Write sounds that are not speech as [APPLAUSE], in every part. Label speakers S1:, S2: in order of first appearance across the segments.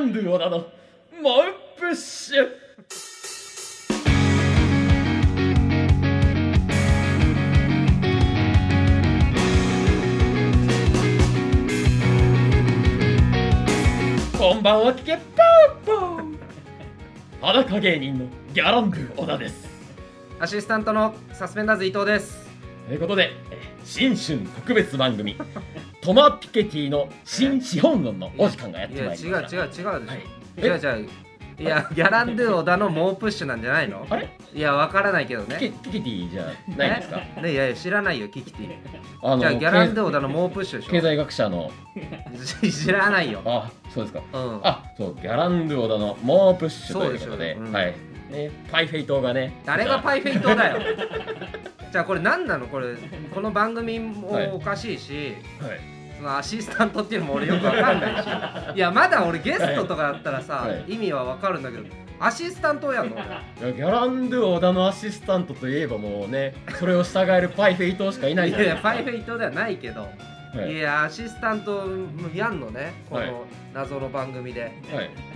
S1: ンドゥオダの猛プッシュこんばんは聞けポンポン裸芸人のギャランドゥオダです
S2: アシスタントのサスペンダーズ伊藤です。
S1: ということでえー新春特別番組トマピケティの新資本論のお時間がやってまいり
S2: いや
S1: ま
S2: 違う
S1: した
S2: 違う違うでしょ。
S1: はい
S2: 違う違う。いやギャランドゥ小田の猛プッシュなんじゃないの？
S1: あれ
S2: いやわからないけど
S1: ピケ
S2: ね。
S1: ピケティじゃないですか
S2: ねいやいや知らないよキキティ。
S1: あ
S2: じゃあギャランド
S1: 経
S2: ゥ小田の猛プッシュでしょ。
S1: 経済学者の
S2: [LAUGHS] 知らないよ。
S1: あそうですか
S2: うん。
S1: あそうギャランドゥオダの猛プッシュということで
S2: そうでしょうねうん
S1: はいねパイフェイ島がね
S2: 誰が
S1: イ
S2: パイフェイトだよ。じゃあこれ何なのこれこの番組
S1: はい
S2: もおかしいし。
S1: はい
S2: そのアシスタントっていうのも俺よくわかんないしいやまだ俺ゲストとかだったらさ、
S1: はい
S2: 意味はわかるんだけどアシスタントやんの俺
S1: いやギャランドゥオダのアシスタントといえばもう
S2: [LAUGHS]
S1: ねそれを従えるパイフェイ島しかいない
S2: い
S1: じゃな
S2: や
S1: いいです
S2: や
S1: か
S2: パイフェイトではないけど、
S1: はい
S2: い、やアシスタントもやんのねこ
S1: はい
S2: の謎の番組で、
S1: はい、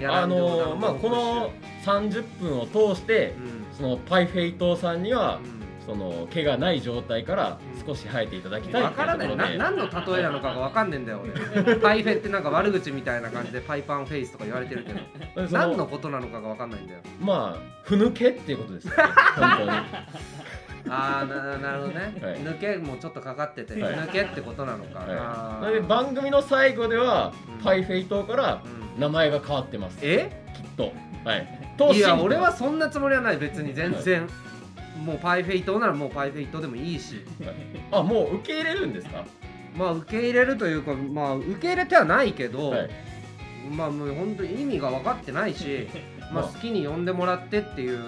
S2: ギャ
S1: あ
S2: ランドゥオダ
S1: の
S2: の
S1: ーまあこの30分を通して
S2: うん
S1: そのパイフェイ島さんには
S2: うん
S1: その毛がない状態から少し生えていただきたい
S2: わ
S1: ってい
S2: か
S1: うと
S2: らな
S1: ころ
S2: い
S1: で
S2: な何の例えなのかがわかんねえんだよ俺パイフェイってなんか悪口みたいな感じでパイパンフェイスとか言われてるけど
S1: そ
S2: 何のことなのかがわかんないんだよ
S1: まあふぬけっていうことですよね本
S2: ああななるほどね、
S1: はい
S2: 抜けもちょっとかかってて、
S1: はい
S2: 抜けってことなのか、
S1: 当に、
S2: あ
S1: は
S2: ー
S1: い、なので番組の最後では
S2: うん
S1: パイフェイ島から
S2: うん
S1: 名前が変わってますきっ
S2: え
S1: とはいと
S2: いや
S1: 信じて
S2: 俺はそんなつもりはない別に全然、もうパイフェイトならもうパイフェイトでもいいし
S1: あもう受け入れるんですか
S2: まあ受け入れるというかまあ受け入れてはないけど、
S1: はい
S2: まあもう本当に意味が分かってな
S1: [LAUGHS]
S2: いしまあ
S1: まあ
S2: 好きに呼んでもらってっていう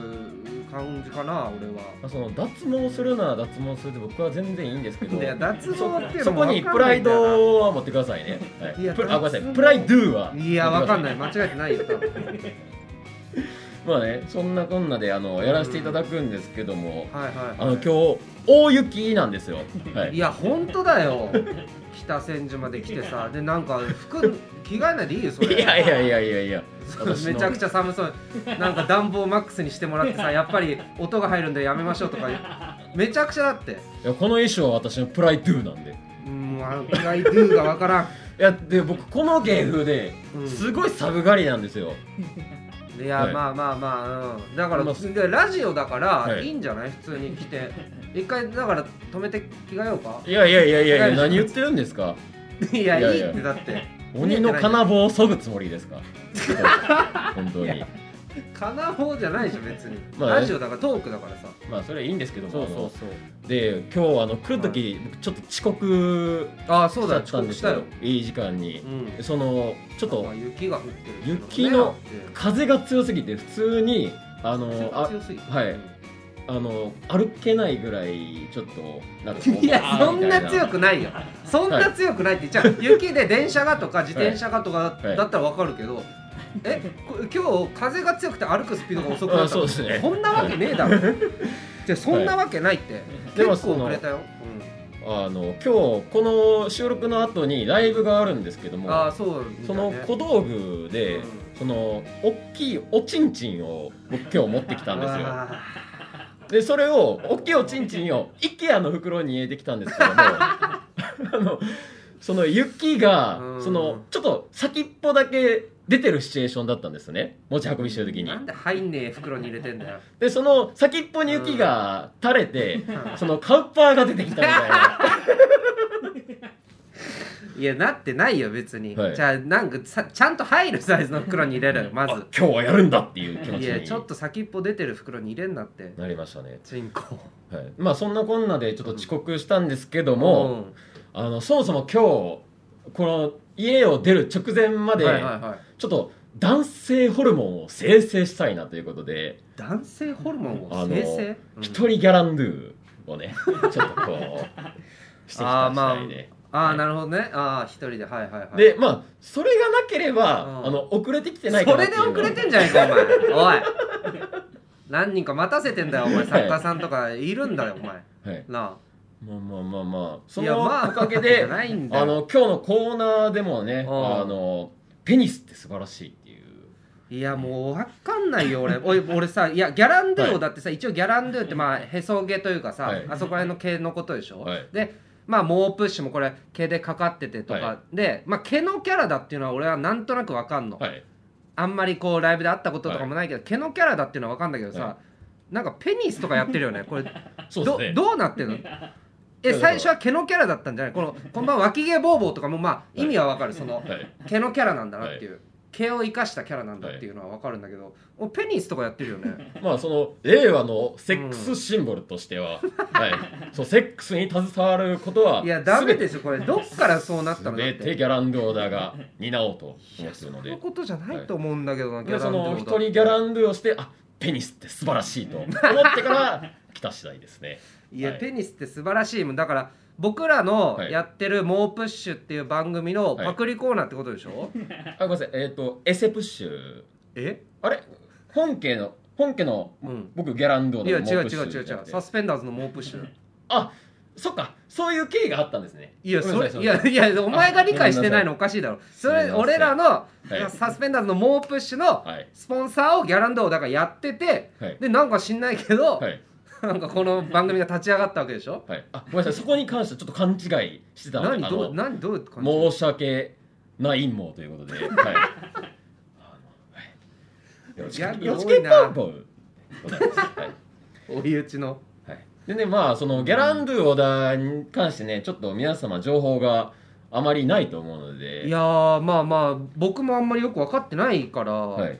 S2: 感じかな俺は。
S1: まあその脱毛するなら脱毛するで僕は全然いいんですけど
S2: いや脱毛っていうの
S1: そこ
S2: も
S1: に
S2: 分
S1: プ
S2: かんな
S1: ラ
S2: い
S1: イ
S2: んだよな
S1: ドは持ってくださいね、はい、
S2: いや
S1: プラあごめんなさ
S2: 脱
S1: い
S2: 毛
S1: プライドゥはい
S2: や分かんないい間違えてないよ多分
S1: まあねそんなこんなであのやらせていただくんですけども、
S2: はいはい、はい、
S1: あの今日大雪なんですよ、はいい、
S2: や本当だよ北千住まで来てさでなんか服着替えないでいいよそ
S1: い
S2: れ
S1: やいやいやいやいや
S2: そう
S1: 私の
S2: [LAUGHS] めちゃくちゃ寒そうなんか暖房マックスにしてもらってさやっぱり音が入るんでやめましょうとか言うめちゃくちゃだって
S1: いやこの衣装は私のプライドゥなんでい
S2: うんあの意外ドゥがわからん
S1: やで僕この芸風で
S2: うん
S1: すごい寒がりなんですよ、
S2: いや、
S1: はい
S2: まあまあまあ、うん、だから、
S1: まあ
S2: でラジオだから、
S1: はい
S2: い、いんじゃない普通に来
S1: [LAUGHS]
S2: て一回だから止めて着替えようか
S1: いやいやいやいやいや
S2: いや
S1: 何言ってるんですか
S2: いや
S1: [LAUGHS] いや
S2: い
S1: いや
S2: いってだって
S1: 鬼の金棒を削ぐつもりです
S2: [LAUGHS]
S1: か本当に
S2: かなほうじゃないでしょ別に、
S1: まあね
S2: ラジオだからトークだからさ
S1: まあそれはいいんですけども
S2: そ
S1: あ
S2: う
S1: ので今日あの来る時、僕ちょっと遅刻
S2: ああ
S1: し
S2: そう
S1: ちゃ
S2: だ
S1: っ
S2: 遅
S1: たん
S2: 刻
S1: で
S2: し
S1: す
S2: た
S1: よ
S2: よ
S1: いい時間に
S2: う、ん
S1: そのちょっと
S2: まあ雪が降ってる
S1: 雪の
S2: けどね
S1: 風が強すぎて普通にあ
S2: あって
S1: の
S2: 風が
S1: あ
S2: 強すぎて
S1: はいあの歩けないぐらいちょっとなんかこう
S2: いや
S1: あー
S2: そん
S1: みた
S2: ない強くないよそんな強くないってじゃあ雪で電車がとか自転車がとか
S1: はい
S2: だったらわかるけどえこ今日風が強くて歩くスピードが遅くな
S1: あ
S2: った
S1: そう
S2: の
S1: ですね
S2: そんなわけねえだろじゃあそんなわけないって
S1: で
S2: 結構
S1: もその
S2: 遅れたよ
S1: あの今日この収録の後にライブがあるんですけど
S2: うん
S1: も
S2: ああそうみた
S1: そ
S2: いね
S1: の小道具で、
S2: うん
S1: その大きいおちんちんを僕今日持ってきたんですよ
S2: あ
S1: でそれを大きいおちんちんを IKEA の袋に入れてきたんです
S2: [LAUGHS]
S1: けどもあのその雪が
S2: うん
S1: そのちょっと先っぽだけ出てるシチュエーションだったんですよね持ち運びしてる時
S2: ー
S1: に
S2: なんで入んねえ袋に入れてんだよ
S1: でその先っぽに雪が垂れて、
S2: ん
S1: そのカウパーが出てきたみたい
S2: [LAUGHS]
S1: な
S2: いやなってないよ別に、
S1: はい
S2: じゃあなんかさちゃんと入るサイズの袋に入れろよま
S1: あ
S2: ず
S1: 今日はやるんだっていう気持
S2: い
S1: ち
S2: やちょ
S1: に
S2: っと先っぽ出てる袋に入れんなって
S1: なりましたね
S2: チンコ
S1: はい、まあそんなこんなでちょっと遅刻したんですけども、あのそもそも今日この家を出る直前ま
S2: うん
S1: で
S2: はいはいはい
S1: ちょっと男性ホルモンを生成したいなということで
S2: 男性ホルモン
S1: あ
S2: を
S1: の
S2: 生成
S1: 一、
S2: うん
S1: 人ギャランドゥを
S2: [LAUGHS]
S1: ねちょっとこうしてきた次第で。
S2: ああなるほどねああ一人ではいはいはい
S1: でまあそれがなければ、
S2: うん
S1: あの遅れてきてないか
S2: そ
S1: なっ
S2: れ
S1: てい
S2: で
S1: うのは
S2: 遅れてんじゃねえかお
S1: [LAUGHS]
S2: 前おい何人か待たせてんだよお前作家さんとかいるんだよお前
S1: はい、
S2: な
S1: まあまあまあまあ
S2: あ
S1: そ
S2: いや
S1: のお
S2: まあ
S1: かげ
S2: じ [LAUGHS]
S1: で
S2: ゃないんだ
S1: あ
S2: よ
S1: の今日のコーナーでもね
S2: うん
S1: あのペニスって素晴らしいっていう
S2: いやもう分かんないよ俺おい俺さいやギャランド
S1: は
S2: ゥ
S1: い
S2: だってさ、一応ギャランドゥってまあへそ毛というかさ、
S1: はい
S2: あそこら辺の毛のことでしょ、
S1: はい
S2: でまあ猛プッシュもこれ毛でかかっててとか、
S1: は
S2: で、まあ、毛のキャラだっていうのは俺はなんとなく分かんの、
S1: はい
S2: あんまりこうライブで会ったこととかもないけど、毛のキャラだっていうのは分かんだけどさ、
S1: は
S2: なんかペニスとかやってるよねこれ
S1: [LAUGHS] そうです
S2: ど
S1: ね
S2: どうなってん
S1: [LAUGHS]
S2: の
S1: そ
S2: え
S1: うそう
S2: 最初は毛のキャラだったんじゃないこのこんばんは脇毛ボーボーとかもまあ意味はわかるその、
S1: はい
S2: 毛のキャラなんだなっていう、毛を生かしたキャラなんだっていうのはわかるんだけど、おペニスとかやってるよね
S1: まあその令和のセックスシンボルとして
S2: [LAUGHS]
S1: は、はい、そうセックスに携わることはい
S2: やダメですすよこれどっからそうなったのだっ
S1: 全て
S2: て
S1: ギャランドゥオーダーが担おうと思ってるの
S2: そういう
S1: で
S2: ことじゃないと思うんだけどな、ギ
S1: で
S2: ャラ
S1: そ
S2: ンド
S1: の
S2: ゥ
S1: 人にギャランドゥをしてあペニスって素晴らしいと思ってから来た次第です
S2: [LAUGHS]
S1: ね
S2: いや、
S1: はい
S2: ペニスって素晴らしいもんだから僕らの
S1: はい
S2: やってる「猛プッシュ」っていう番組の
S1: はい
S2: パクリコーナーってことでしょ、
S1: [LAUGHS] あごめんなさいえっ、とエセプッシュ
S2: え
S1: あれ本家の本家の、
S2: うん
S1: 僕ギャランドゥ
S2: い
S1: オ
S2: や
S1: ーの
S2: 違う
S1: 猛プッシュ
S2: 違う違う
S1: じゃな
S2: 違う
S1: くて
S2: サスペンダーズの猛プッシュ
S1: あそっかそういう経緯があったんですね
S2: いや
S1: ごめん
S2: そ
S1: な
S2: れ
S1: さ
S2: いやいやお前が理解してないのおかしいだろ
S1: す
S2: そ
S1: い
S2: れ
S1: ません
S2: 俺らの、
S1: い
S2: サスペンダーズの猛プッシュの
S1: はい
S2: スポンサーをギャランドーだからやってて、
S1: はい
S2: でなんか知んないけど、
S1: はい
S2: なんかこの番組が立ち上がったわけでしょ
S1: はい、あごめんなさいそこに関してちょっと勘違いしてたの
S2: 何
S1: であ
S2: どう
S1: の
S2: 何どういう感じ
S1: 申し訳ない陰謀ということで、
S2: [LAUGHS]
S1: はい、あのはいよろし
S2: ギャ
S1: く
S2: グ
S1: よろし
S2: 多い
S1: く
S2: な
S1: パンポンございますはい
S2: 追い打ちの
S1: はい、でねまあそのギャランドゥオーダーに関してねちょっと皆様情報があまりないと思うので
S2: いやーまあまあ僕もあんまりよく分かってないから、
S1: はい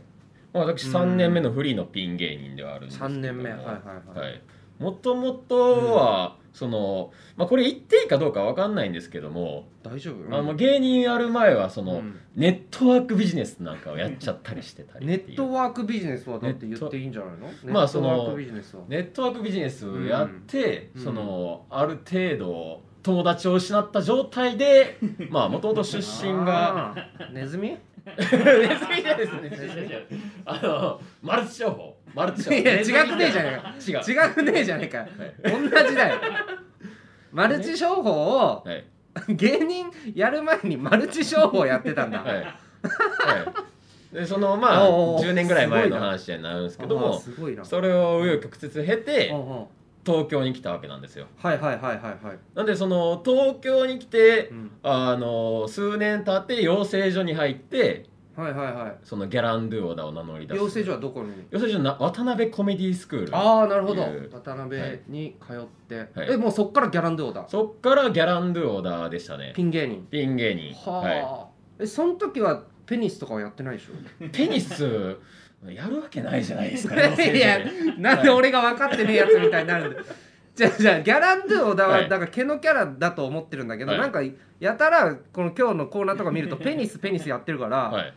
S1: まあ、私3年目のフリーのピン芸人ではあるんですけども
S2: 3年目はいはいはい
S1: はいもともとは、その、まあ、これ言っていいかどうかわかんないんですけども、
S2: 大丈夫
S1: あの芸人やる前はその、
S2: うん
S1: ネットワークビジネスなんかをやっちゃったりしてたり
S2: ネ
S1: ってい
S2: ッ
S1: う
S2: トワークビジネスはだって言っていいんじゃないの
S1: まあその
S2: ネットワークビジネスは
S1: ネットワークビジネスをやって、
S2: うん
S1: そのある程度友達を失った状態
S2: [LAUGHS]
S1: でまあもともと出身が
S2: あーネズミ [LAUGHS] い
S1: ネズミですね
S2: ズミ
S1: [LAUGHS] あのマルチ商法マルチ商法
S2: や違くねえじゃ
S1: ん
S2: ねえ
S1: 違
S2: か
S1: う
S2: 違くねえじゃねえか同じだよマルチ商法を
S1: はい
S2: 芸人やる前にマルチ商法やってたんだ、
S1: はい、はい、でそのまあ
S2: おーおー
S1: 10年ぐらい前
S2: すご
S1: の
S2: いな
S1: 話になるんですけ
S2: け
S1: ど
S2: ど
S1: も
S2: すごいな
S1: それを紆余曲折経
S2: うん
S1: て
S2: うん
S1: 東京に来たわけなんですよ
S2: はいはいはいはいはい、
S1: なんでその東京に来て
S2: うん、
S1: あの数年経って養成所に入って
S2: はいはいは
S1: そのギャランドゥオダを名乗り出
S2: い
S1: す
S2: 養成所はどこに
S1: 養成所な渡辺コメディスクール
S2: ああなるほど
S1: いう
S2: 渡辺に通って、
S1: はい
S2: えもうそっからギャランドゥオだ
S1: そっからギャランドゥオダですしたね
S2: ピン芸人
S1: ピン芸人
S2: はあ、えその時はペニスとかはやってないでしょ
S1: い、テニス [LAUGHS] やるわけないじゃないですか養成所
S2: [LAUGHS] い
S1: で
S2: やなんで俺が分かってねえやつみたいになるんだよじゃあじゃあギャランドゥ小田は
S1: はい
S2: だから毛のキャラだと思ってるんだけど、
S1: はい
S2: なんかやたらこの今日のコーナーとか
S1: [LAUGHS]
S2: 見るとペニスペニスやってるから、
S1: はい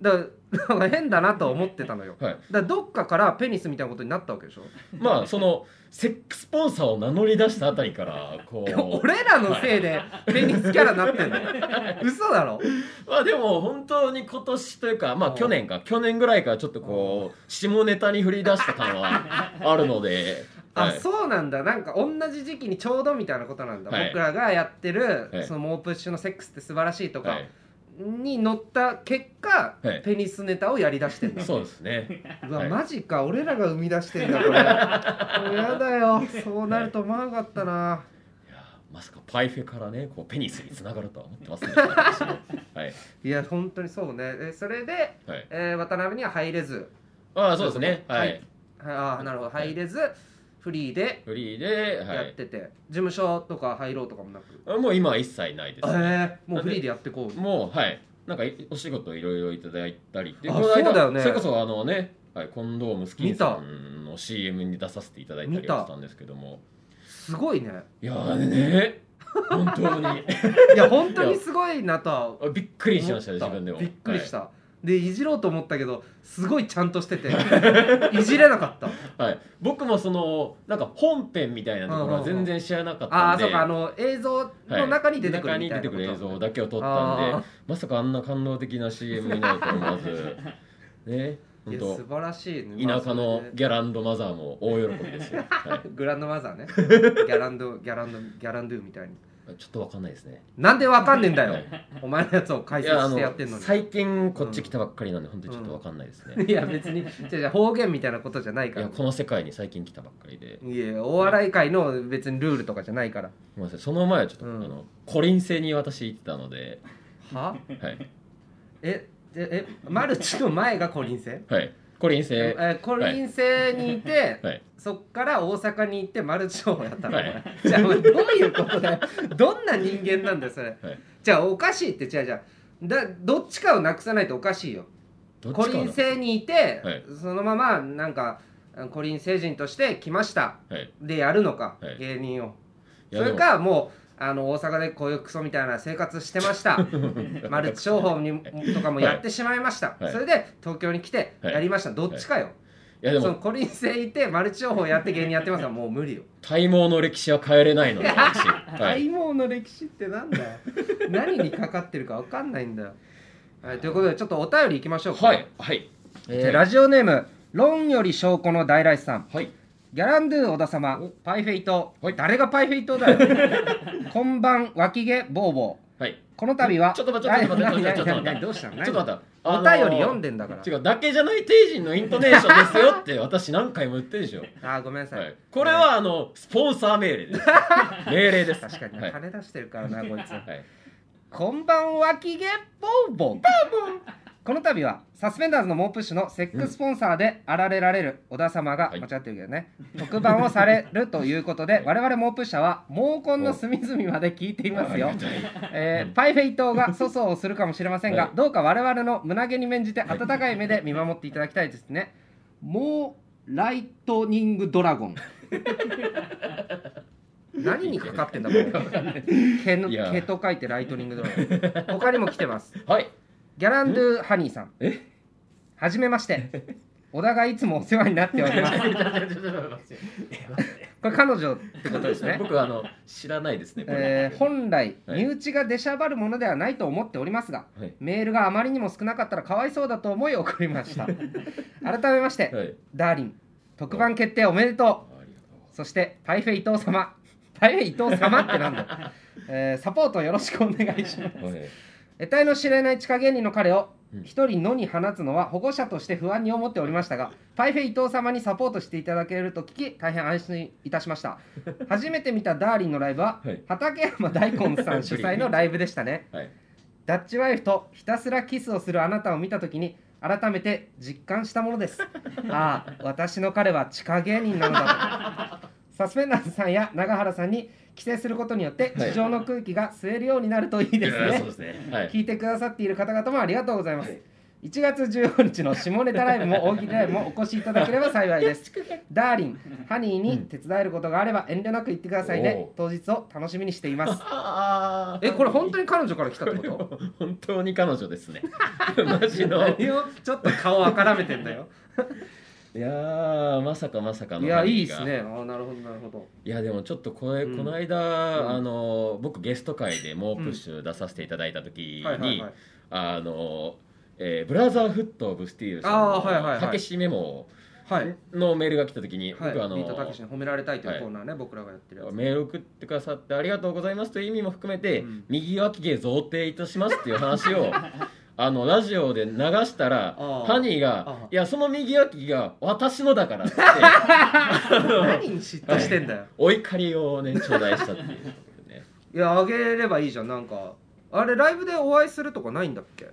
S2: だからなんか変だなと思ってたのよ、
S1: はい
S2: だからどっかからペニスみたいなことになったわけでしょ
S1: まあそのセックスポンサーを名乗り出したあたりからこう
S2: [LAUGHS] 俺らのせいでペニスキャラになってんの、 [LAUGHS] 嘘だろ
S1: まあでも本当に今年というかまあ
S2: うん
S1: 去年か去年ぐらいからちょっとこう下ネタに振り出した感
S2: [LAUGHS]
S1: はあるので、
S2: あ、
S1: はい、
S2: そうなんだなんか同じ時期にちょうどみたいなことなんだ、
S1: はい
S2: 僕らがやってる、
S1: はい
S2: その猛プッシュのセックスって素晴らしいとか、
S1: はい
S2: に乗った結果、
S1: はい
S2: ペニスネタをやりだしてんだ
S1: そうです
S2: [LAUGHS]
S1: ね
S2: うわ、
S1: はい
S2: マジか俺らが生み出して
S1: [LAUGHS]
S2: んだこれもうやだよそうなると思わなかったな、
S1: いやーまさかパイフェからねこうペニスに繋がるとは思ってますね
S2: [LAUGHS]
S1: 私もはい
S2: い、や本当にそうねえそれで、
S1: はい
S2: えー渡辺には入れず
S1: ああそうですねは
S2: はい
S1: い
S2: はいああなるほど入れず、フリーで
S1: フリーでは
S2: やっ
S1: い
S2: てて、事務所とか入ろうとかもなく
S1: あもう今は一切ないで
S2: え
S1: すね
S2: ーもうフリーでやってこう
S1: もうはいなんかいお仕事いろいろいただいたりで
S2: あ
S1: この間
S2: そうだよね
S1: それこそあのね、はい、コンドームスキンさんの CM に出させていただいた
S2: 見
S1: り
S2: た
S1: はしたんですけども
S2: すごいね
S1: いやーね本当に
S2: いや本当にすごいなとは思っ
S1: びっく
S2: た
S1: りしましたね自分でも
S2: びっくりし、
S1: は
S2: た、でいじろうと思ったけどすごいちゃんとして [LAUGHS] ていじれなかった
S1: いはい僕もそのなんか本編みたいなところは全然知らなかった
S2: あ
S1: ん
S2: あ
S1: で
S2: そうかあの映像の中に出てくる
S1: 中
S2: み
S1: に
S2: た
S1: 出てく
S2: いなこと
S1: る
S2: な
S1: 映
S2: んだね、
S1: 像だけを撮ったんで
S2: あ
S1: まさかあんな感動的な CM になるとは思わ
S2: [LAUGHS]
S1: ずね
S2: い
S1: 本
S2: や素
S1: 当
S2: 晴らしいね
S1: 田舎の
S2: まあそれで
S1: ギャランドマザーも大喜びですよ、はい [LAUGHS]
S2: グランドマザーねギャランドギャランドギャランドゥみたいに
S1: ちょっとわかんないですね
S2: なんでわかんねえん
S1: [LAUGHS]
S2: だよお前のやつを解
S1: い
S2: 説
S1: やあ
S2: してや
S1: の
S2: ってんのに
S1: 最近こっち来たばっかりなんで、本当にちょっとわかんないですね、い
S2: いや別にじゃじゃ方言みたいなことじゃないから
S1: やこの世界に最近来たばっかりで
S2: いやお笑い界の別にルールとかじゃないから
S1: ごめんなさいその前はちょっと、
S2: うん
S1: あのコリン星に私行ってたので
S2: は
S1: はい
S2: えええマルチの前がコリン星
S1: はいコリン星
S2: え
S1: は
S2: ー、コリン星にいて、
S1: い
S2: そっから大阪に行ってマルチをやったの、
S1: はい
S2: お前 [LAUGHS] じゃあお前どういうことだよどんな人間なんだよそれ、
S1: はい
S2: じゃあおかしいってじゃあじゃあだどっちかをなくさないとおかしいよ
S1: どっ
S2: コ
S1: ち
S2: リ
S1: か
S2: ン
S1: な
S2: 星にいて、
S1: はい
S2: そのままなんかコリン星人として来ました
S1: はい
S2: でやるのか、
S1: はい
S2: 芸人を
S1: いや
S2: それかもうあの大阪でこういうクソみたいな生活してま
S1: [LAUGHS]
S2: した
S1: でも
S2: マルチ商法にとかもやってしまいました、
S1: はい
S2: それで東京に来て
S1: はい
S2: やりました、どっちかよ、
S1: いやで
S2: その
S1: も
S2: コリン星いてマルチ商法やって芸人やってますからもう無理よ
S1: 体毛の歴史は変えれないので私、はい、
S2: 体毛の歴史ってなんだよ [LAUGHS] 何にかかってるかわかんないんだよ、はい、ということでちょっとお便りいきましょうか、
S1: はいはい
S2: えーラジオネーム「論より証拠の大来さん」
S1: はい
S2: ギャランドゥ小田様、パイフェイト、
S1: はい
S2: 誰がパイフェイトだよ。こんばん、脇毛ボーボー。
S1: はい
S2: この度は、
S1: ちょっと待ってちょっと待って
S2: 何
S1: ちょっと待って
S2: 何何どうしたの
S1: ちょっと待って
S2: お
S1: あのー
S2: 便り読んでんだから。
S1: 違うだけじゃない定人のイントネーションですよって私何回も言ってるでしょ、
S2: あー、ごめんなさい。
S1: はい、これはあのスポンサー命令です命令です
S2: 確かに、
S1: はい
S2: 金出してるからな、こいつ。
S1: はい
S2: こんばん、脇毛ボーボー。この度は、サスペンダーズの猛プッシュのセックスポンサーであられられる小田様が、
S1: はい
S2: 間違ってるけどね、特番をされるということで、我々猛プッシャーは、毛根の隅々まで聞いていますよ。えーパイフェイ島が粗相をするかもしれませんが、
S1: はい
S2: どうか我々の胸毛に免じて温かい目で見守っていただきたいですね。もうライトニングドラ
S1: [LAUGHS]
S2: ゴン。何にかかってんだこれ。毛の
S1: いや
S2: 毛と書いてライトニングドラゴン。他にも来てます。
S1: はい
S2: ギャランドゥハニーさん。
S1: え
S2: はじめまして。小田がいつもお世話になっております。これ彼女ってことですね。
S1: 僕あの知らないですねこれ、
S2: えー本来
S1: はい
S2: 身内が出しゃばるものではないと思っておりますが、
S1: はい
S2: メールがあまりにも少なかったらかわいそうだと思い送り
S1: [LAUGHS]
S2: ました改めまして、
S1: はい
S2: ダーリン特番決定おめでと
S1: ありがとう
S2: うそしてパイフェ伊藤様パイフェ伊藤様ってなん
S1: [LAUGHS]
S2: だ、えーサポートよろしくお願いします
S1: はい
S2: 得体の知れない地下芸人の彼を
S1: うん
S2: 一人野に放つのは保護者として不安に思っておりましたがパイフェ伊藤様にサポートしていただけると聞き大変安心いたしました初めて見たダーリンのライブは、
S1: はい
S2: 畠山大根さん主催のライブでしたね
S1: はい
S2: ダッチワイフとひたすらキスをするあなたを見たときに改めて実感したもの [LAUGHS] です。ああ、私の彼は地下芸人なのだ [LAUGHS] と。サスペンダーズさんや長原さんに帰省することによって
S1: はい
S2: 地上の空気が吸えるようになるといいです
S1: いやそう
S2: ね
S1: で。すねはい
S2: 聞いてくださっている方々もありがとうございます。1月15日の下ネタライブも大喜利ライブもお越しいただければ幸い [LAUGHS] です。ダーリン、ハニーに手伝えることがあれば遠慮なく言ってくださいね。当日を楽しみにしています。
S1: あ
S2: [LAUGHS] え、これ本当に彼女から来たってこと
S1: 当本当に彼女
S2: [LAUGHS]
S1: ですねマジのい
S2: 何をちょっと顔あからめてんだよ
S1: やーまさかまさかの
S2: [LAUGHS] いやいい
S1: で
S2: ですねああなるほどなるほど
S1: いやでもちょっとこれ、
S2: うん
S1: この間、
S2: うん
S1: あの僕ゲスト会でもうプッシュ出させていただいた時に、
S2: はいはいはい
S1: あの、えーブラザーフット・オブ・スティールさん
S2: あーはいはいはい
S1: のたけしメモ
S2: はいはい
S1: のメールが来た時に、僕あの
S2: ビートたけしに褒められたいというコーナーね、僕らがやってるやつ
S1: メール送ってくださってありがとうございますという意味も含めて、
S2: うん
S1: 右脇毛贈呈いたしますっていう話
S2: [LAUGHS]
S1: をあのラジオで流したら
S2: あー
S1: ハニー
S2: あ
S1: が「
S2: ー
S1: いやその右脇毛が私のだから」
S2: [LAUGHS]
S1: ってあの
S2: 何に嫉妬してんだよ、
S1: お怒りをね頂戴したっていうところでね。
S2: い、やあげればいいじゃんなんかあれライブでお会いするとかないんだっけ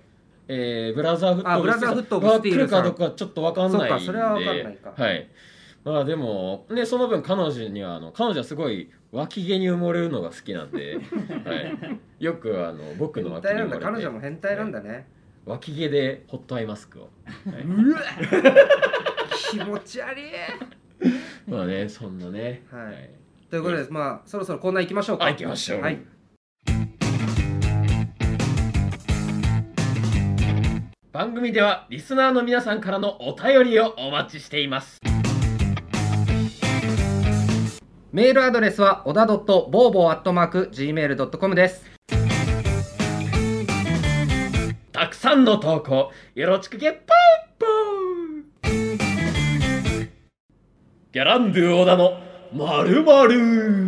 S1: えーブラザーフット
S2: あブラザーフットオブスティールさん
S1: が来るかどうかちょっとわかんないんで
S2: そっかそれはわかんないか
S1: はいまあでもねその分彼女にはあの彼女はすごい脇毛に埋もれるのが好きなんで、はい、よくあの僕の
S2: 変
S1: 脇
S2: 態
S1: 毛に
S2: なん
S1: 埋も
S2: だ彼
S1: れ
S2: 女
S1: て
S2: も変態なんだね、
S1: 脇毛でホットアイマスクを、はい、
S2: う [LAUGHS] わ気持ち悪い
S1: まあねそんなね
S2: はいということでまあそろそろコーナー行きましょうか
S1: はい行きましょう
S2: はい
S1: 番組ではリスナーの皆さんからのお便りをお待ちしています
S2: メールアドレスは小田 .bobo.gmail.com です
S1: たくさんの投稿よろしくゲッポンポンギャランドゥ小田のまるまる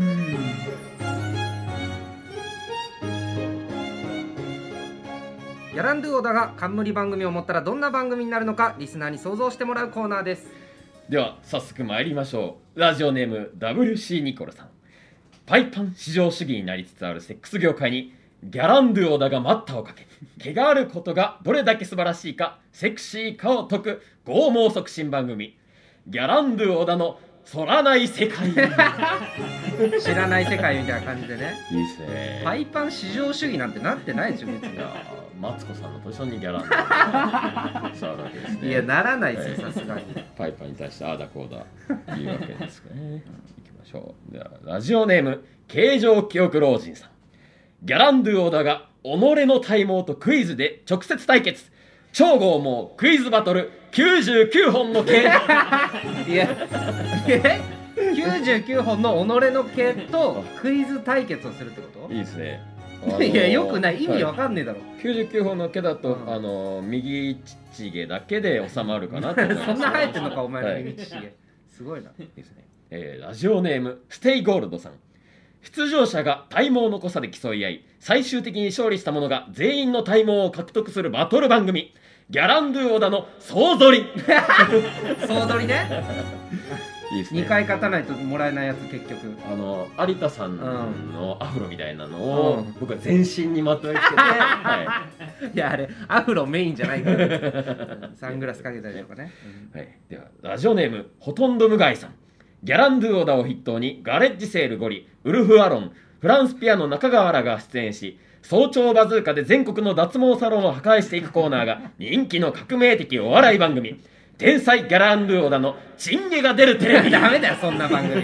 S2: ヤランドゥオダが冠番組を持ったらどんな番組になるのかリスナーに想像してもらうコーナーです
S1: では早速参りましょうラジオネーム WC ニコルさんパイパン至上主義になりつつあるセックス業界にギャランドゥオダが待ったをかけ毛があることがどれだけ素晴らしいかセクシーかを解く剛毛促進番組ギャランドゥオダの反らない世界いいで
S2: 知らない世界みたいな感じでね
S1: すね
S2: パイパン至上主義なんてなってないでしょ別
S1: い
S2: に
S1: やーマツコさんのポジションにギャランドゥオダ [LAUGHS] そうだけですね
S2: いやならないですよ
S1: は
S2: さすがに
S1: パイパンに対してああだこうだ言うわけですね。 [LAUGHS] いきましょう。ではラジオネーム形状記憶老人さん。ギャランドゥオダが己の体毛とクイズで直接対決。超豪もクイズバトル99本の毛。
S2: [LAUGHS] いや [LAUGHS] え99本の己の毛とクイズ対決をするってこ
S1: いいですね。
S2: といやよくない意味わ
S1: は
S2: かんねえだろ、
S1: い、
S2: [LAUGHS]
S1: 99本の毛だと、
S2: うん
S1: あの右乳毛だけで収まるかなと思います。
S2: [LAUGHS] そんな生えてんのかお前の
S1: はい
S2: 耳乳毛すごいな
S1: ですね、えーラジオネームステイゴールドさん出場者が体毛の濃さで競い合い最終的に勝利した者が全員の体毛を獲得するバトル番組ギャランドゥオダの総取り
S2: 総取りね
S1: いいです
S2: 2回勝たないともらえないやつ結局
S1: あの有田さんのアフロみたいなのを、
S2: うん
S1: 僕は全身にまとい
S2: [LAUGHS]
S1: つけて、はい
S2: やあれアフロメインじゃないからサングラスかけたりとかね
S1: いはい、ではラジオネームほとんど無害さんギャランドゥオダを筆頭にガレッジセールゴリウルフ・アロンフランスピアノ中川らが出演し早朝バズーカで全国の脱毛サロンを破壊していくコーナーが人気の革命的お笑い番組「天才ギャランドゥオダのチンゲが出るテレビ」
S2: ダメだよそんな番組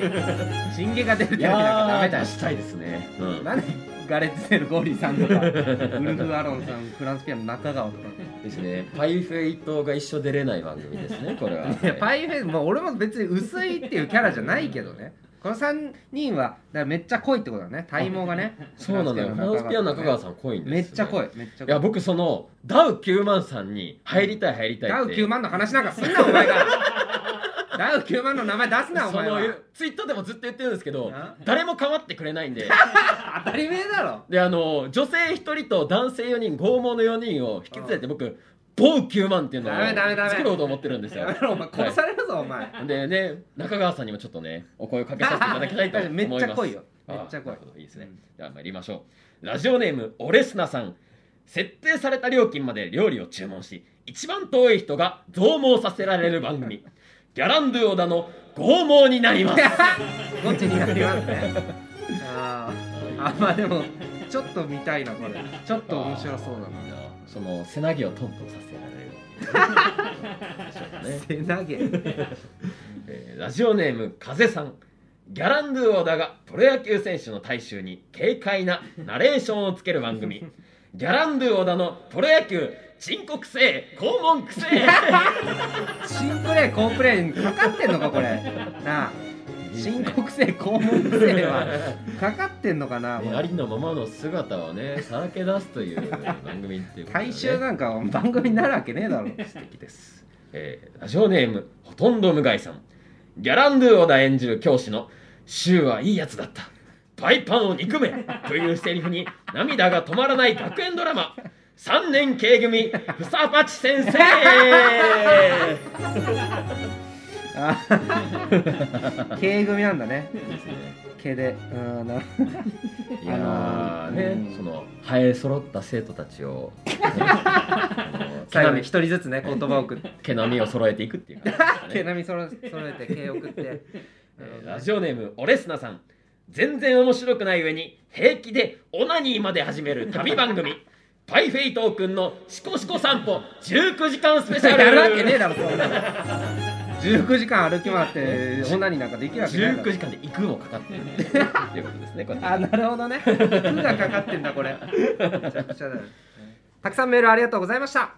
S2: チンゲが出るテレビなんかダメだよ
S1: したいですね、うん、
S2: なんでガレッツセルゴーリーさんとかウルフ・アロンさんフランスピアノ中川とか
S1: ですねパイフェイ党が一緒出れない番組ですねこれは
S2: いやパイフェイもう俺も別に薄いっていうキャラじゃないけどねこの3人はだからめっちゃ濃いってことだね体毛がね
S1: そうなのよフランスピアノ中川さん濃いんです、ね、
S2: めっちゃ濃いめっちゃ濃
S1: いや僕そのダウ9万さんに入りたい入りたいって
S2: ダウ9万の話なんかすんなお前がダウ9万の名前出すなお
S1: そ
S2: 前
S1: の
S2: は
S1: ツイッターでもずっと言ってるんですけど
S2: な
S1: 誰も構ってくれない
S2: [LAUGHS]
S1: んで
S2: 当たり前だろ
S1: であの女性1人と男性4人剛毛の4人を引き連れて僕某9万っていうのを
S2: ダメダメダメ
S1: 作ろうと思ってるんですよ
S2: [LAUGHS] やめろお前殺されるぞお前
S1: でね中川さんにもちょっとねお声をかけさせていただきたいと思います
S2: [LAUGHS] めっちゃ濃いよめっちゃ
S1: あーな
S2: 濃い
S1: るほどいいですね、では参りましょうラジオネームオレスナさん設定された料金まで料理を注文し一番遠い人が増毛させられる番
S2: [LAUGHS]
S1: 組ギャランドゥオダの剛毛になります
S2: [LAUGHS] どっちになりますね。あーあ、まあでも、ちょっと見たいな、
S1: [LAUGHS]
S2: これ。ちょっと面白そうだな。
S1: いいなその背投げをトントンさせられる
S2: [LAUGHS]
S1: でしょうね
S2: 背投げ。
S1: えーラジオネーム風さんギャランドゥオダがプロ野球選手の大衆に軽快なナレーションをつける番
S2: [LAUGHS]
S1: 組ギャランドゥオダのプロ野球沈国性肛門
S2: [LAUGHS]
S1: くせえ
S2: 新プレイ、好プレイにかかってんのか、これ。なあ。新国性、肛門性 [LAUGHS] は。かかってんのかな、こ
S1: ねあ
S2: れ。
S1: りのままの姿をねさらけ出すという番組っていうことでね
S2: 大衆なんか番組になるわけねえだろ。
S1: 素敵です、えーラジオネームほとんど無害さんギャランドゥオダ演じる教師の「柊はいいやつだったパイパンを憎め」というセリフに涙が止まらない学園ドラマ3年 K 組ふさぱち先生
S2: あ
S1: [LAUGHS]
S2: ー K 組なんだね。K で。うん、な。
S1: いやーね、
S2: あのーうん
S1: その生え揃った生徒たちを、ね、毛
S2: 最後に
S1: 並
S2: 一人ずつね、言葉を送って。
S1: み毛並みを揃えていくっていう感じですかね
S2: 毛並みそろ、揃えて、K 送っ
S1: [LAUGHS]
S2: て。
S1: えーラジオネームオレスナさん全然面白くない上に平気でオナニーまで始める旅番
S2: [LAUGHS]
S1: 組パイフェイトーくんの「シコシコ散歩19時間スペシャル」
S2: やるわけねえだろそんなの19時間歩き回って女になんかできるわけないだ
S1: 19
S2: ろ
S1: 時間で行くもかかっ
S2: [LAUGHS]
S1: てるっていうことですねこれ
S2: あなるほどね服がかかってんだこれめちゃくち
S1: [LAUGHS]
S2: ゃだよたくさんメールありがとうございました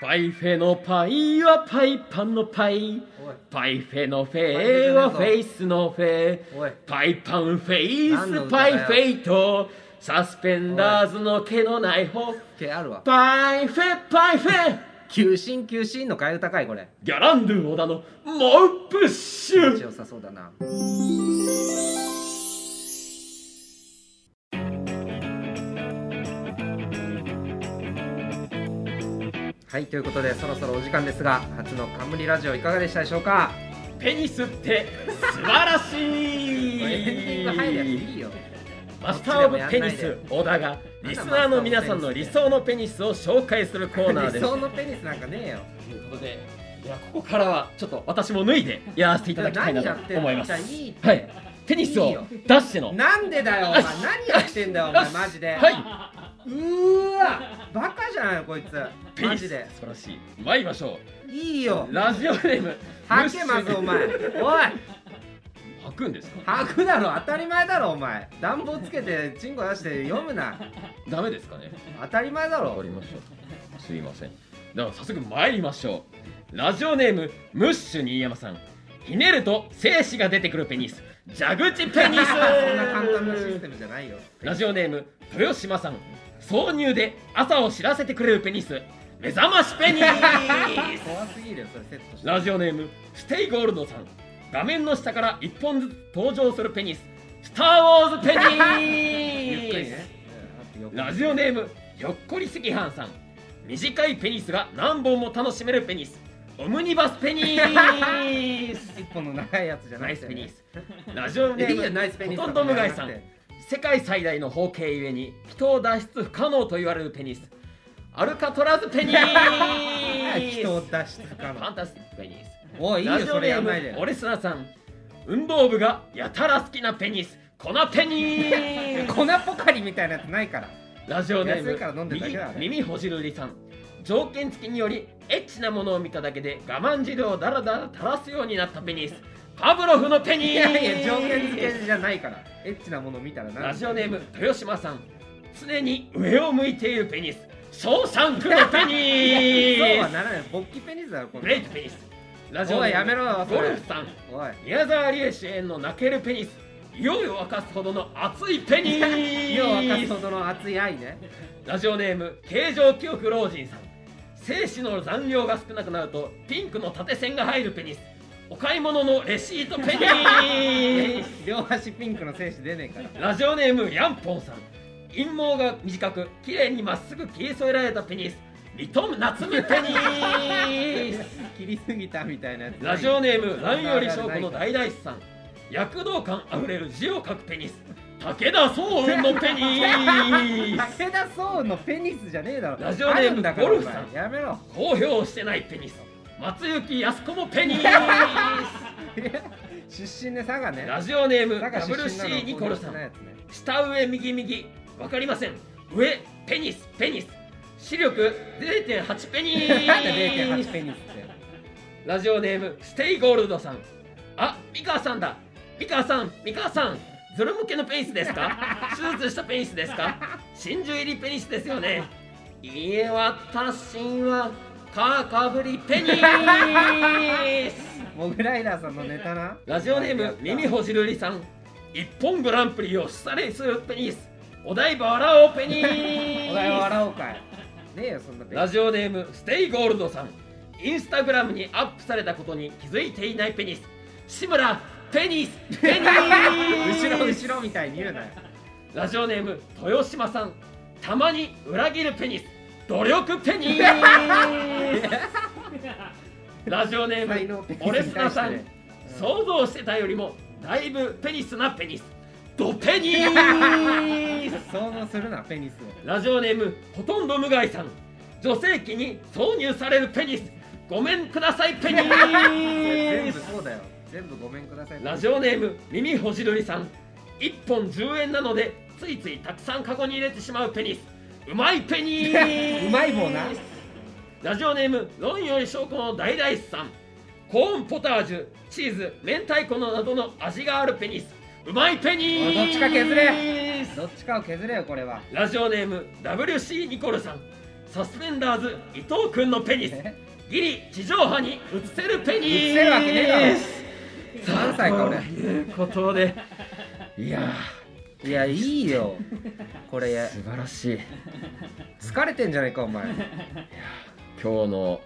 S1: パイフェのパイはパイパンのパイ
S2: おい
S1: パイフェのフェはフェイスのフェ
S2: おい
S1: パイパンフェイ
S2: 何の
S1: ス
S2: 歌
S1: パ
S2: だ
S1: イ
S2: よ
S1: フェイトサスペンダーズの毛のない方
S2: 毛あるわ
S1: パイフェパイフェ
S2: 急進急進の替え歌かいこれ
S1: ギャランドゥ小田の猛プッシ
S2: 気持
S1: ュ
S2: ちよさそうだなはいということでそろそろお時間ですが初の冠ラジオいかがでしたでしょうか
S1: ペニスって素晴らしい
S2: エンディング入るやついいよ
S1: マスター・オブ・ペニス小田がリスナーの皆さんの理想のペニスを紹介するコーナーで
S2: 理
S1: す
S2: 想のペニスなんかねえよ
S1: ということでいやここからはちょっと私も脱いでやらせていただきたいな
S2: 何やってん
S1: と
S2: の
S1: 思います
S2: じゃあいいって
S1: はいペニス
S2: いい
S1: を
S2: よ
S1: 出しての
S2: なんでだよお前何やってんだよお前マジで、
S1: は
S2: うーわバカじゃないのこい
S1: い
S2: つ
S1: ペ
S2: マ
S1: ニス
S2: ジ
S1: 素
S2: で
S1: 晴らしい参りましょ
S2: いいよ
S1: うラジオネーム
S2: 吐けまずお前おい
S1: [LAUGHS] 吐くんですか
S2: 吐くだろ当たり前だろお前暖房つけてチンコ出して読むな
S1: ダメですかね
S2: 当たり前だ
S1: わか
S2: ろ
S1: りましたすいませんでは早速参りましょうラジオネームムッシュ新山さんひねると精子が出てくるペニス蛇口ペニス
S2: そんな簡単なシステムじゃないよ
S1: ラジオネーム豊島さん挿入で朝を知らせてくれるペニス目覚ましペニス
S2: 怖すぎるよそれセットして
S1: ラジオネームステイゴールドさん画面の下から1本ずつ登場するペニススター・ウォーズペ
S2: [LAUGHS] ゆっく
S1: ニ
S2: り
S1: ス
S2: ねうんあと
S1: ラジオネームひょっこり赤飯さん短いペニスが何本も楽しめるペニスオムニバスペニ
S2: [LAUGHS]
S1: ス
S2: 一本の長いやつじゃな
S1: ナ
S2: い
S1: イスペニスラジオネ
S2: いいよ
S1: ー
S2: ナイスペニ
S1: ムほ
S2: ス
S1: とんど無害さん
S2: やらなく
S1: 世界最大の包茎ゆえに人を脱出不可能と言われるペニスアルカトラズペニ
S2: [LAUGHS] て人を
S1: ス
S2: 出して
S1: フ
S2: か
S1: ァン
S2: の
S1: タスティックペニス
S2: おいいいよ
S1: ラジ
S2: そ
S1: オネ
S2: れやんない
S1: ー
S2: で
S1: ムオレスナさん運動部がやたら好きなペニス粉ペ
S2: [LAUGHS]
S1: ニス
S2: 粉ポカリみたいなやつないから
S1: ラジオネ
S2: 安いから
S1: ー
S2: 飲ん
S1: ム
S2: でるだけ
S1: 耳
S2: だね
S1: 耳ほじるりさん条件付きによりエッチなものを見ただけで我慢汁をダラダラ垂らすようになったペニスパブロフのペニス
S2: いやいや条件付けじゃないからエッチなもの見たらな
S1: ラジオネーム豊島さん常に上を向いているペニスショーシャンクのペ
S2: そうは
S1: ニ
S2: なら [LAUGHS] ない勃起ペニスだろこ
S1: ス
S2: の
S1: ブレイクペニスラジオネーム
S2: おいやめろよそれ
S1: ゴルフさん
S2: おい
S1: 宮沢りえ主演の泣けるペニス夜を明かすほどの熱いペニス
S2: 世を明かすほどの熱い愛ね
S1: ラジオネーム形状記憶老人さん精子の残量が少なくなるとピンクの縦線が入るペニスお買い物のレシートペ
S2: [LAUGHS]
S1: ニス
S2: 両足ピンクの精子出ねえから
S1: ラジオネームヤンポンさん陰毛が短く綺麗にまっすぐ切り添えられたペニスリトム夏目ペニス
S2: 切りすぎたみたいなやつ
S1: ラジオネーム何より証拠
S2: ない
S1: の
S2: から
S1: 大大師さん躍動感あふれる字を書くペニス武田総雲のペニス
S2: 武田壮のペニスじゃねえだろ
S1: ラジオネーム
S2: あるんだから
S1: ゴルフさん
S2: お前やめろ [LAUGHS]
S1: 公表してないペニス松雪康子もペ
S2: [LAUGHS]
S1: ニス
S2: 出身で佐賀ね
S1: ラジオネーム
S2: 佐賀出身なの
S1: WC ニコルさ
S2: こんなや
S1: ん
S2: つね
S1: 下上右右わかりません上ペニスペニス視力0.8ペ
S2: なんで
S1: ニ
S2: 0.8
S1: ス
S2: ペニスって
S1: ラジオネームステイゴールドさんあミカさんだミカさんミカさんゾロ向けのペニスです
S2: [LAUGHS]
S1: か手術したペニスですか真珠入りペニスですよねいいえ私はカーカブリペニ
S2: [LAUGHS]
S1: ス
S2: モグライダーさんのネタな
S1: ラジオネーム耳ほじるりさん一本グランプリを主催するペニスお台場笑おうペニス
S2: お題を笑おうかいねえよそんなペニ
S1: ラ
S2: ス
S1: ジオネームステイゴールドさんインスタグラムにアップされたことに気づいていないペニス志村ペニスペニス
S2: 後ろ後ろみたいに言うなよ
S1: ラジオネーム豊島さんたまに裏切るペニス努力ペニスラジオネ
S2: 才
S1: ー
S2: 能
S1: ム
S2: ペニス
S1: オレスナさん
S2: に対して
S1: 想像してたよりもだいぶペニスなペニスドペニス
S2: 想像するなペニスを
S1: ラジオネームほとんど無害さん女性器に挿入されるペニスごめんくださいペニ
S2: 全
S1: ス
S2: 部そうだよ全部ごめんください
S1: ラジオネーム耳ほじるりさん1本10円なのでついついたくさんカゴに入れてしまうペニスうまいペニス
S2: [LAUGHS] うまい棒な
S1: ラジオネーム論より証拠の大大師さんコーンポタージュチーズ明太子のなどの味があるペニスうまいペニス
S2: おいどっちか削れどっちかを削れよこれは
S1: ラジオネーム WC ニコルさんサスペンダーズ伊藤君のペニス
S2: え
S1: ギリ地上波に映せるペニス
S2: 映せるわけねえだろ
S1: さあ
S2: 何歳か俺
S1: ということでいや
S2: いやいいよこ
S1: ー
S2: れ
S1: 素晴らしい
S2: 疲れてんじゃないかお前うん
S1: 今日の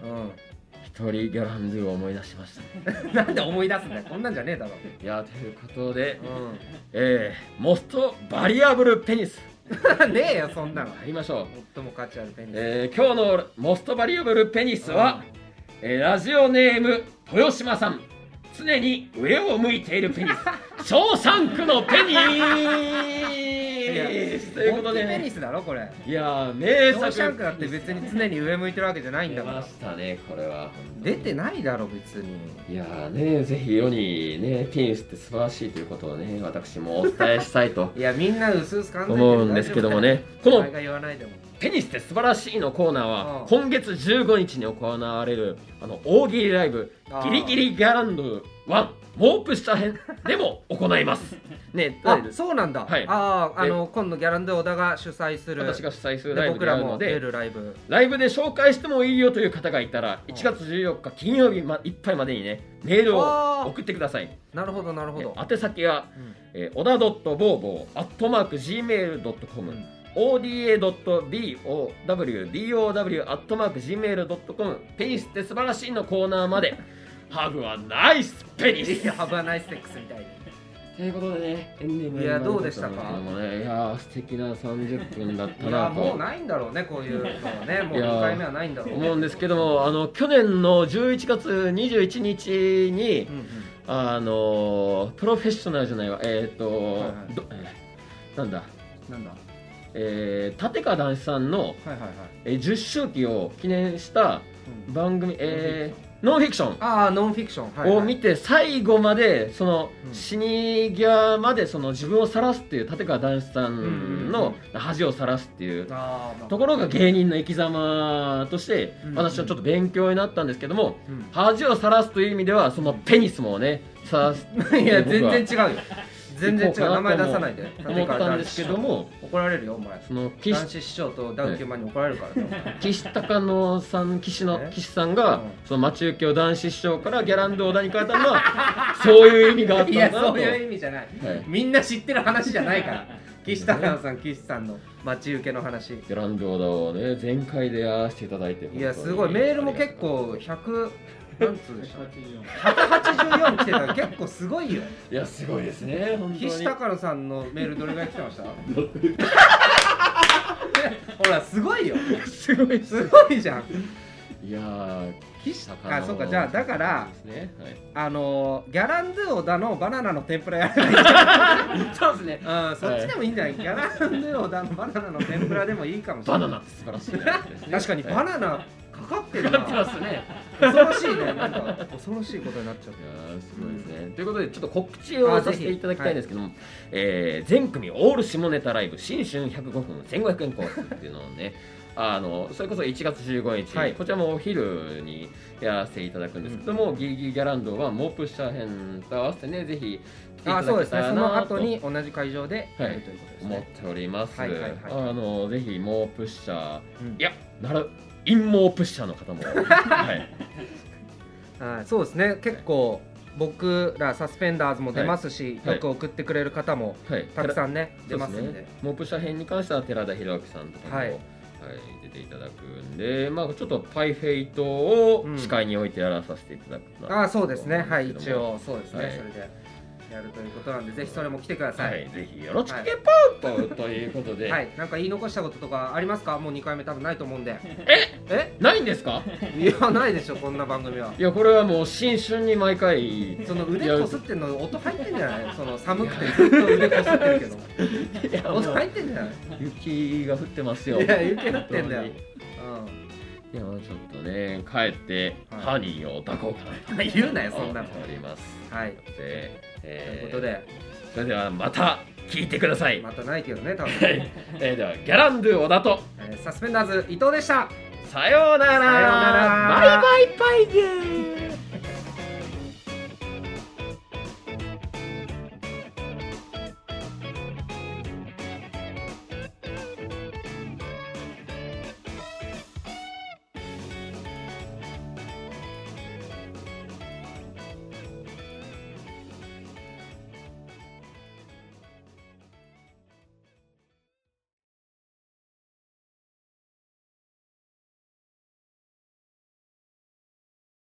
S1: 一人ギャランドゥを思い出しましたね
S2: [LAUGHS] なんで思い出すんだよこんなんじゃねえだろ
S1: いやーということで
S2: うん
S1: えー、モストバリアブルペニス
S2: ねえよそん [LAUGHS] なの
S1: やりましょう、
S2: 最も価値あるペニス、
S1: えー今日のモストバリアブルペニスは、えーラジオネーム豊島さん常に上を向いているペニ
S2: [LAUGHS]
S1: スショーシャンクのペニスということ
S2: 大きいペニ
S1: で
S2: スだろこれ
S1: いやー名
S2: ショ
S1: 作
S2: ーシャンクだって別に常に上向いてるわけじゃないん
S1: 出
S2: だか
S1: ま
S2: ら
S1: したねこれは
S2: 出てないだろ別に
S1: いやーねぜひ世にねペニスって素晴らしいということをね私もお伝えしたい
S2: [LAUGHS]
S1: と
S2: いやみんな薄々感じてる
S1: 思うんですけどもねこ
S2: 大丈夫
S1: の
S2: お前が言わないでも
S1: ペニスって素晴らしいのコーナー
S2: う
S1: は
S2: ん
S1: 今月15日に行われるあの大喜利ライブ
S2: あー
S1: ギリギリギャランド1モープした編でも行います
S2: [LAUGHS]
S1: ね
S2: あ
S1: で
S2: そうなんだ、
S1: はい
S2: あああの今度ギャランド小田が主催する
S1: 私が主催するラ
S2: で
S1: イブ
S2: 僕
S1: であ
S2: ら
S1: るの
S2: も出
S1: で
S2: るライブ
S1: ライブで紹介してもいいよという方がいたら
S2: うん
S1: 1月14日金曜日まいっぱいまでにねメール
S2: あ
S1: を
S2: ー
S1: 送ってください
S2: なるほどなるほど、
S1: え宛先は
S2: うん
S1: えー小田 .bobo.gmail.com、
S2: うん
S1: oda.bowdow.gmail.com ペニスって素晴らしいのコーナーまでハグはナイスペニス
S2: ハブはナイステックスみたいに
S1: ということでねエンディング
S2: いやどうでしたか
S1: になりましたけどもねいやー素敵な30分だった
S2: いや
S1: な
S2: もう
S1: と
S2: ないんだろうねこういうのはねもう
S1: いや
S2: 2回目はないんだろうね
S1: 思うんですけどもあの去年の11月21日に
S2: うんうん
S1: あのープロフェッショナルじゃないわえっ、と、
S2: はいはい
S1: どえーなんだ
S2: なんだ
S1: えー、立川談志さんの「
S2: はいはいはい、
S1: えー10周期を記念した
S2: うん
S1: 番組、えーノンフィクション
S2: ああノンフィクション、はいはい
S1: を見て最後までその
S2: うん
S1: 死に際までその自分を晒すっていう立川談志さん
S2: うん
S1: の恥を晒すっていう
S2: あーまあ
S1: ところが芸人の生き様として
S2: うん
S1: 私はちょっと勉強になったんですけども
S2: うん
S1: 恥を晒すという意味ではそのペニスもね晒す
S2: いや
S1: 僕は
S2: 全然違うよ全然違
S1: 行こうかな
S2: う名前出さないで
S1: と思ったんですけども
S2: 怒られるよお前
S1: その岸
S2: 男子師匠とダウ9万に怒られるからね
S1: 岸高野さん岸の
S2: え
S1: 岸さんが
S2: うん
S1: その待ち受けを男子師匠からギャランド小田に変えたのは [LAUGHS] そういう意味があったん
S2: いや
S1: だなと
S2: そういう意味じゃない
S1: はい
S2: みんな知ってる話じゃないから岸田さん岸さんの待ち受けの話
S1: ギャランド小田をね全開でやらせていただいて
S2: いや
S1: 本当
S2: す
S1: に
S2: ごいメールも結構100何通でした184来てた結構すごいよ
S1: いやすごいですね本当に
S2: 岸高野さんのメールどれぐらい来てました [LAUGHS] ほらすごいよ
S1: すごいです
S2: すごいじゃん
S1: いやー
S2: 岸
S1: 高野
S2: あそうかじゃあだから
S1: ですねはい
S2: あのギャランドゥオダのバナナの天ぷらやる
S1: [LAUGHS] そうですね
S2: うんそっちでもいいんじゃないギャランドゥオダのバナナの天ぷらでもいいかもしれな
S1: バ
S2: い
S1: ナナって素晴らしい
S2: [LAUGHS]
S1: ですね
S2: 確かにバ
S1: はい
S2: ナナかかってる
S1: かかって [LAUGHS] ま
S2: な
S1: すね
S2: 恐ろしいねなんか恐ろしいことになっちゃっ
S1: いやーすごいですね、ということでちょっと告知をさせていただきたいんですけども、えー全組オール下ネタライブ新春105分1500円コースっていうのをね [LAUGHS] あのそれこそ1月15日、
S2: はい
S1: こちらもお昼にやらせていただくんですけども、ギリギリギャランドはモープシャー編と合わせてねぜひ来てい
S2: た
S1: た
S2: あ
S1: だ
S2: そう
S1: け
S2: です
S1: た
S2: ねそ
S1: ら
S2: の
S1: なと
S2: 後に同じ会場でや
S1: は
S2: る
S1: い
S2: ということです
S1: 思っ
S2: ね
S1: ております、
S2: はいはいはい
S1: あのぜひモープシャー
S2: うん
S1: いやなら陰謀プッシャーの方
S2: [LAUGHS]
S1: も、はい、
S2: はいそうですね結構僕らサスペンダーズも出ますし
S1: はい
S2: よく送ってくれる方も
S1: はい、
S2: たくさんね
S1: そ
S2: 出
S1: うで
S2: ますすん
S1: ね
S2: で。
S1: モープ社編に関しては寺田博明さんとかも、
S2: は
S1: はいい出ていただくんで、まあ、ちょっとパイフェイトを
S2: うん
S1: 司会においてやらさせていただく
S2: あそうですねはい一
S1: は
S2: 応そうですね
S1: はい
S2: それでやるということなんでぜひそれも来てくだ
S1: い、は
S2: さい
S1: い、ぜひよろしく
S2: はい
S1: ゲポートということで、
S2: はいなんか言い残したこととかありますかもう2回目多分ないと思うんでえ
S1: ないんですか [LAUGHS]
S2: えいやないでしょこんな番組はい
S1: やこれはもう新春に毎回
S2: その腕こすってんの音入ってんじゃないその寒くてずっと腕こすってるけど
S1: いやも
S2: 音入
S1: う
S2: ってんじゃない
S1: 雪が降ってますよ
S2: いや雪降ってんだよ
S1: 本
S2: う
S1: 当にいやもうちょっとね帰って、
S2: はい
S1: ハニーを抱こうかなと
S2: ん言うなよそんなの
S1: 思っております
S2: はい
S1: で、
S2: と
S1: えー
S2: いうことで
S1: それではまた聞いてください [LAUGHS]
S2: またないけどね多分
S1: はい、えーではギャランドゥ小田と
S2: えーサスペンダーズ伊藤でした
S1: さようなら
S2: さようなら
S1: バイバイバイゲー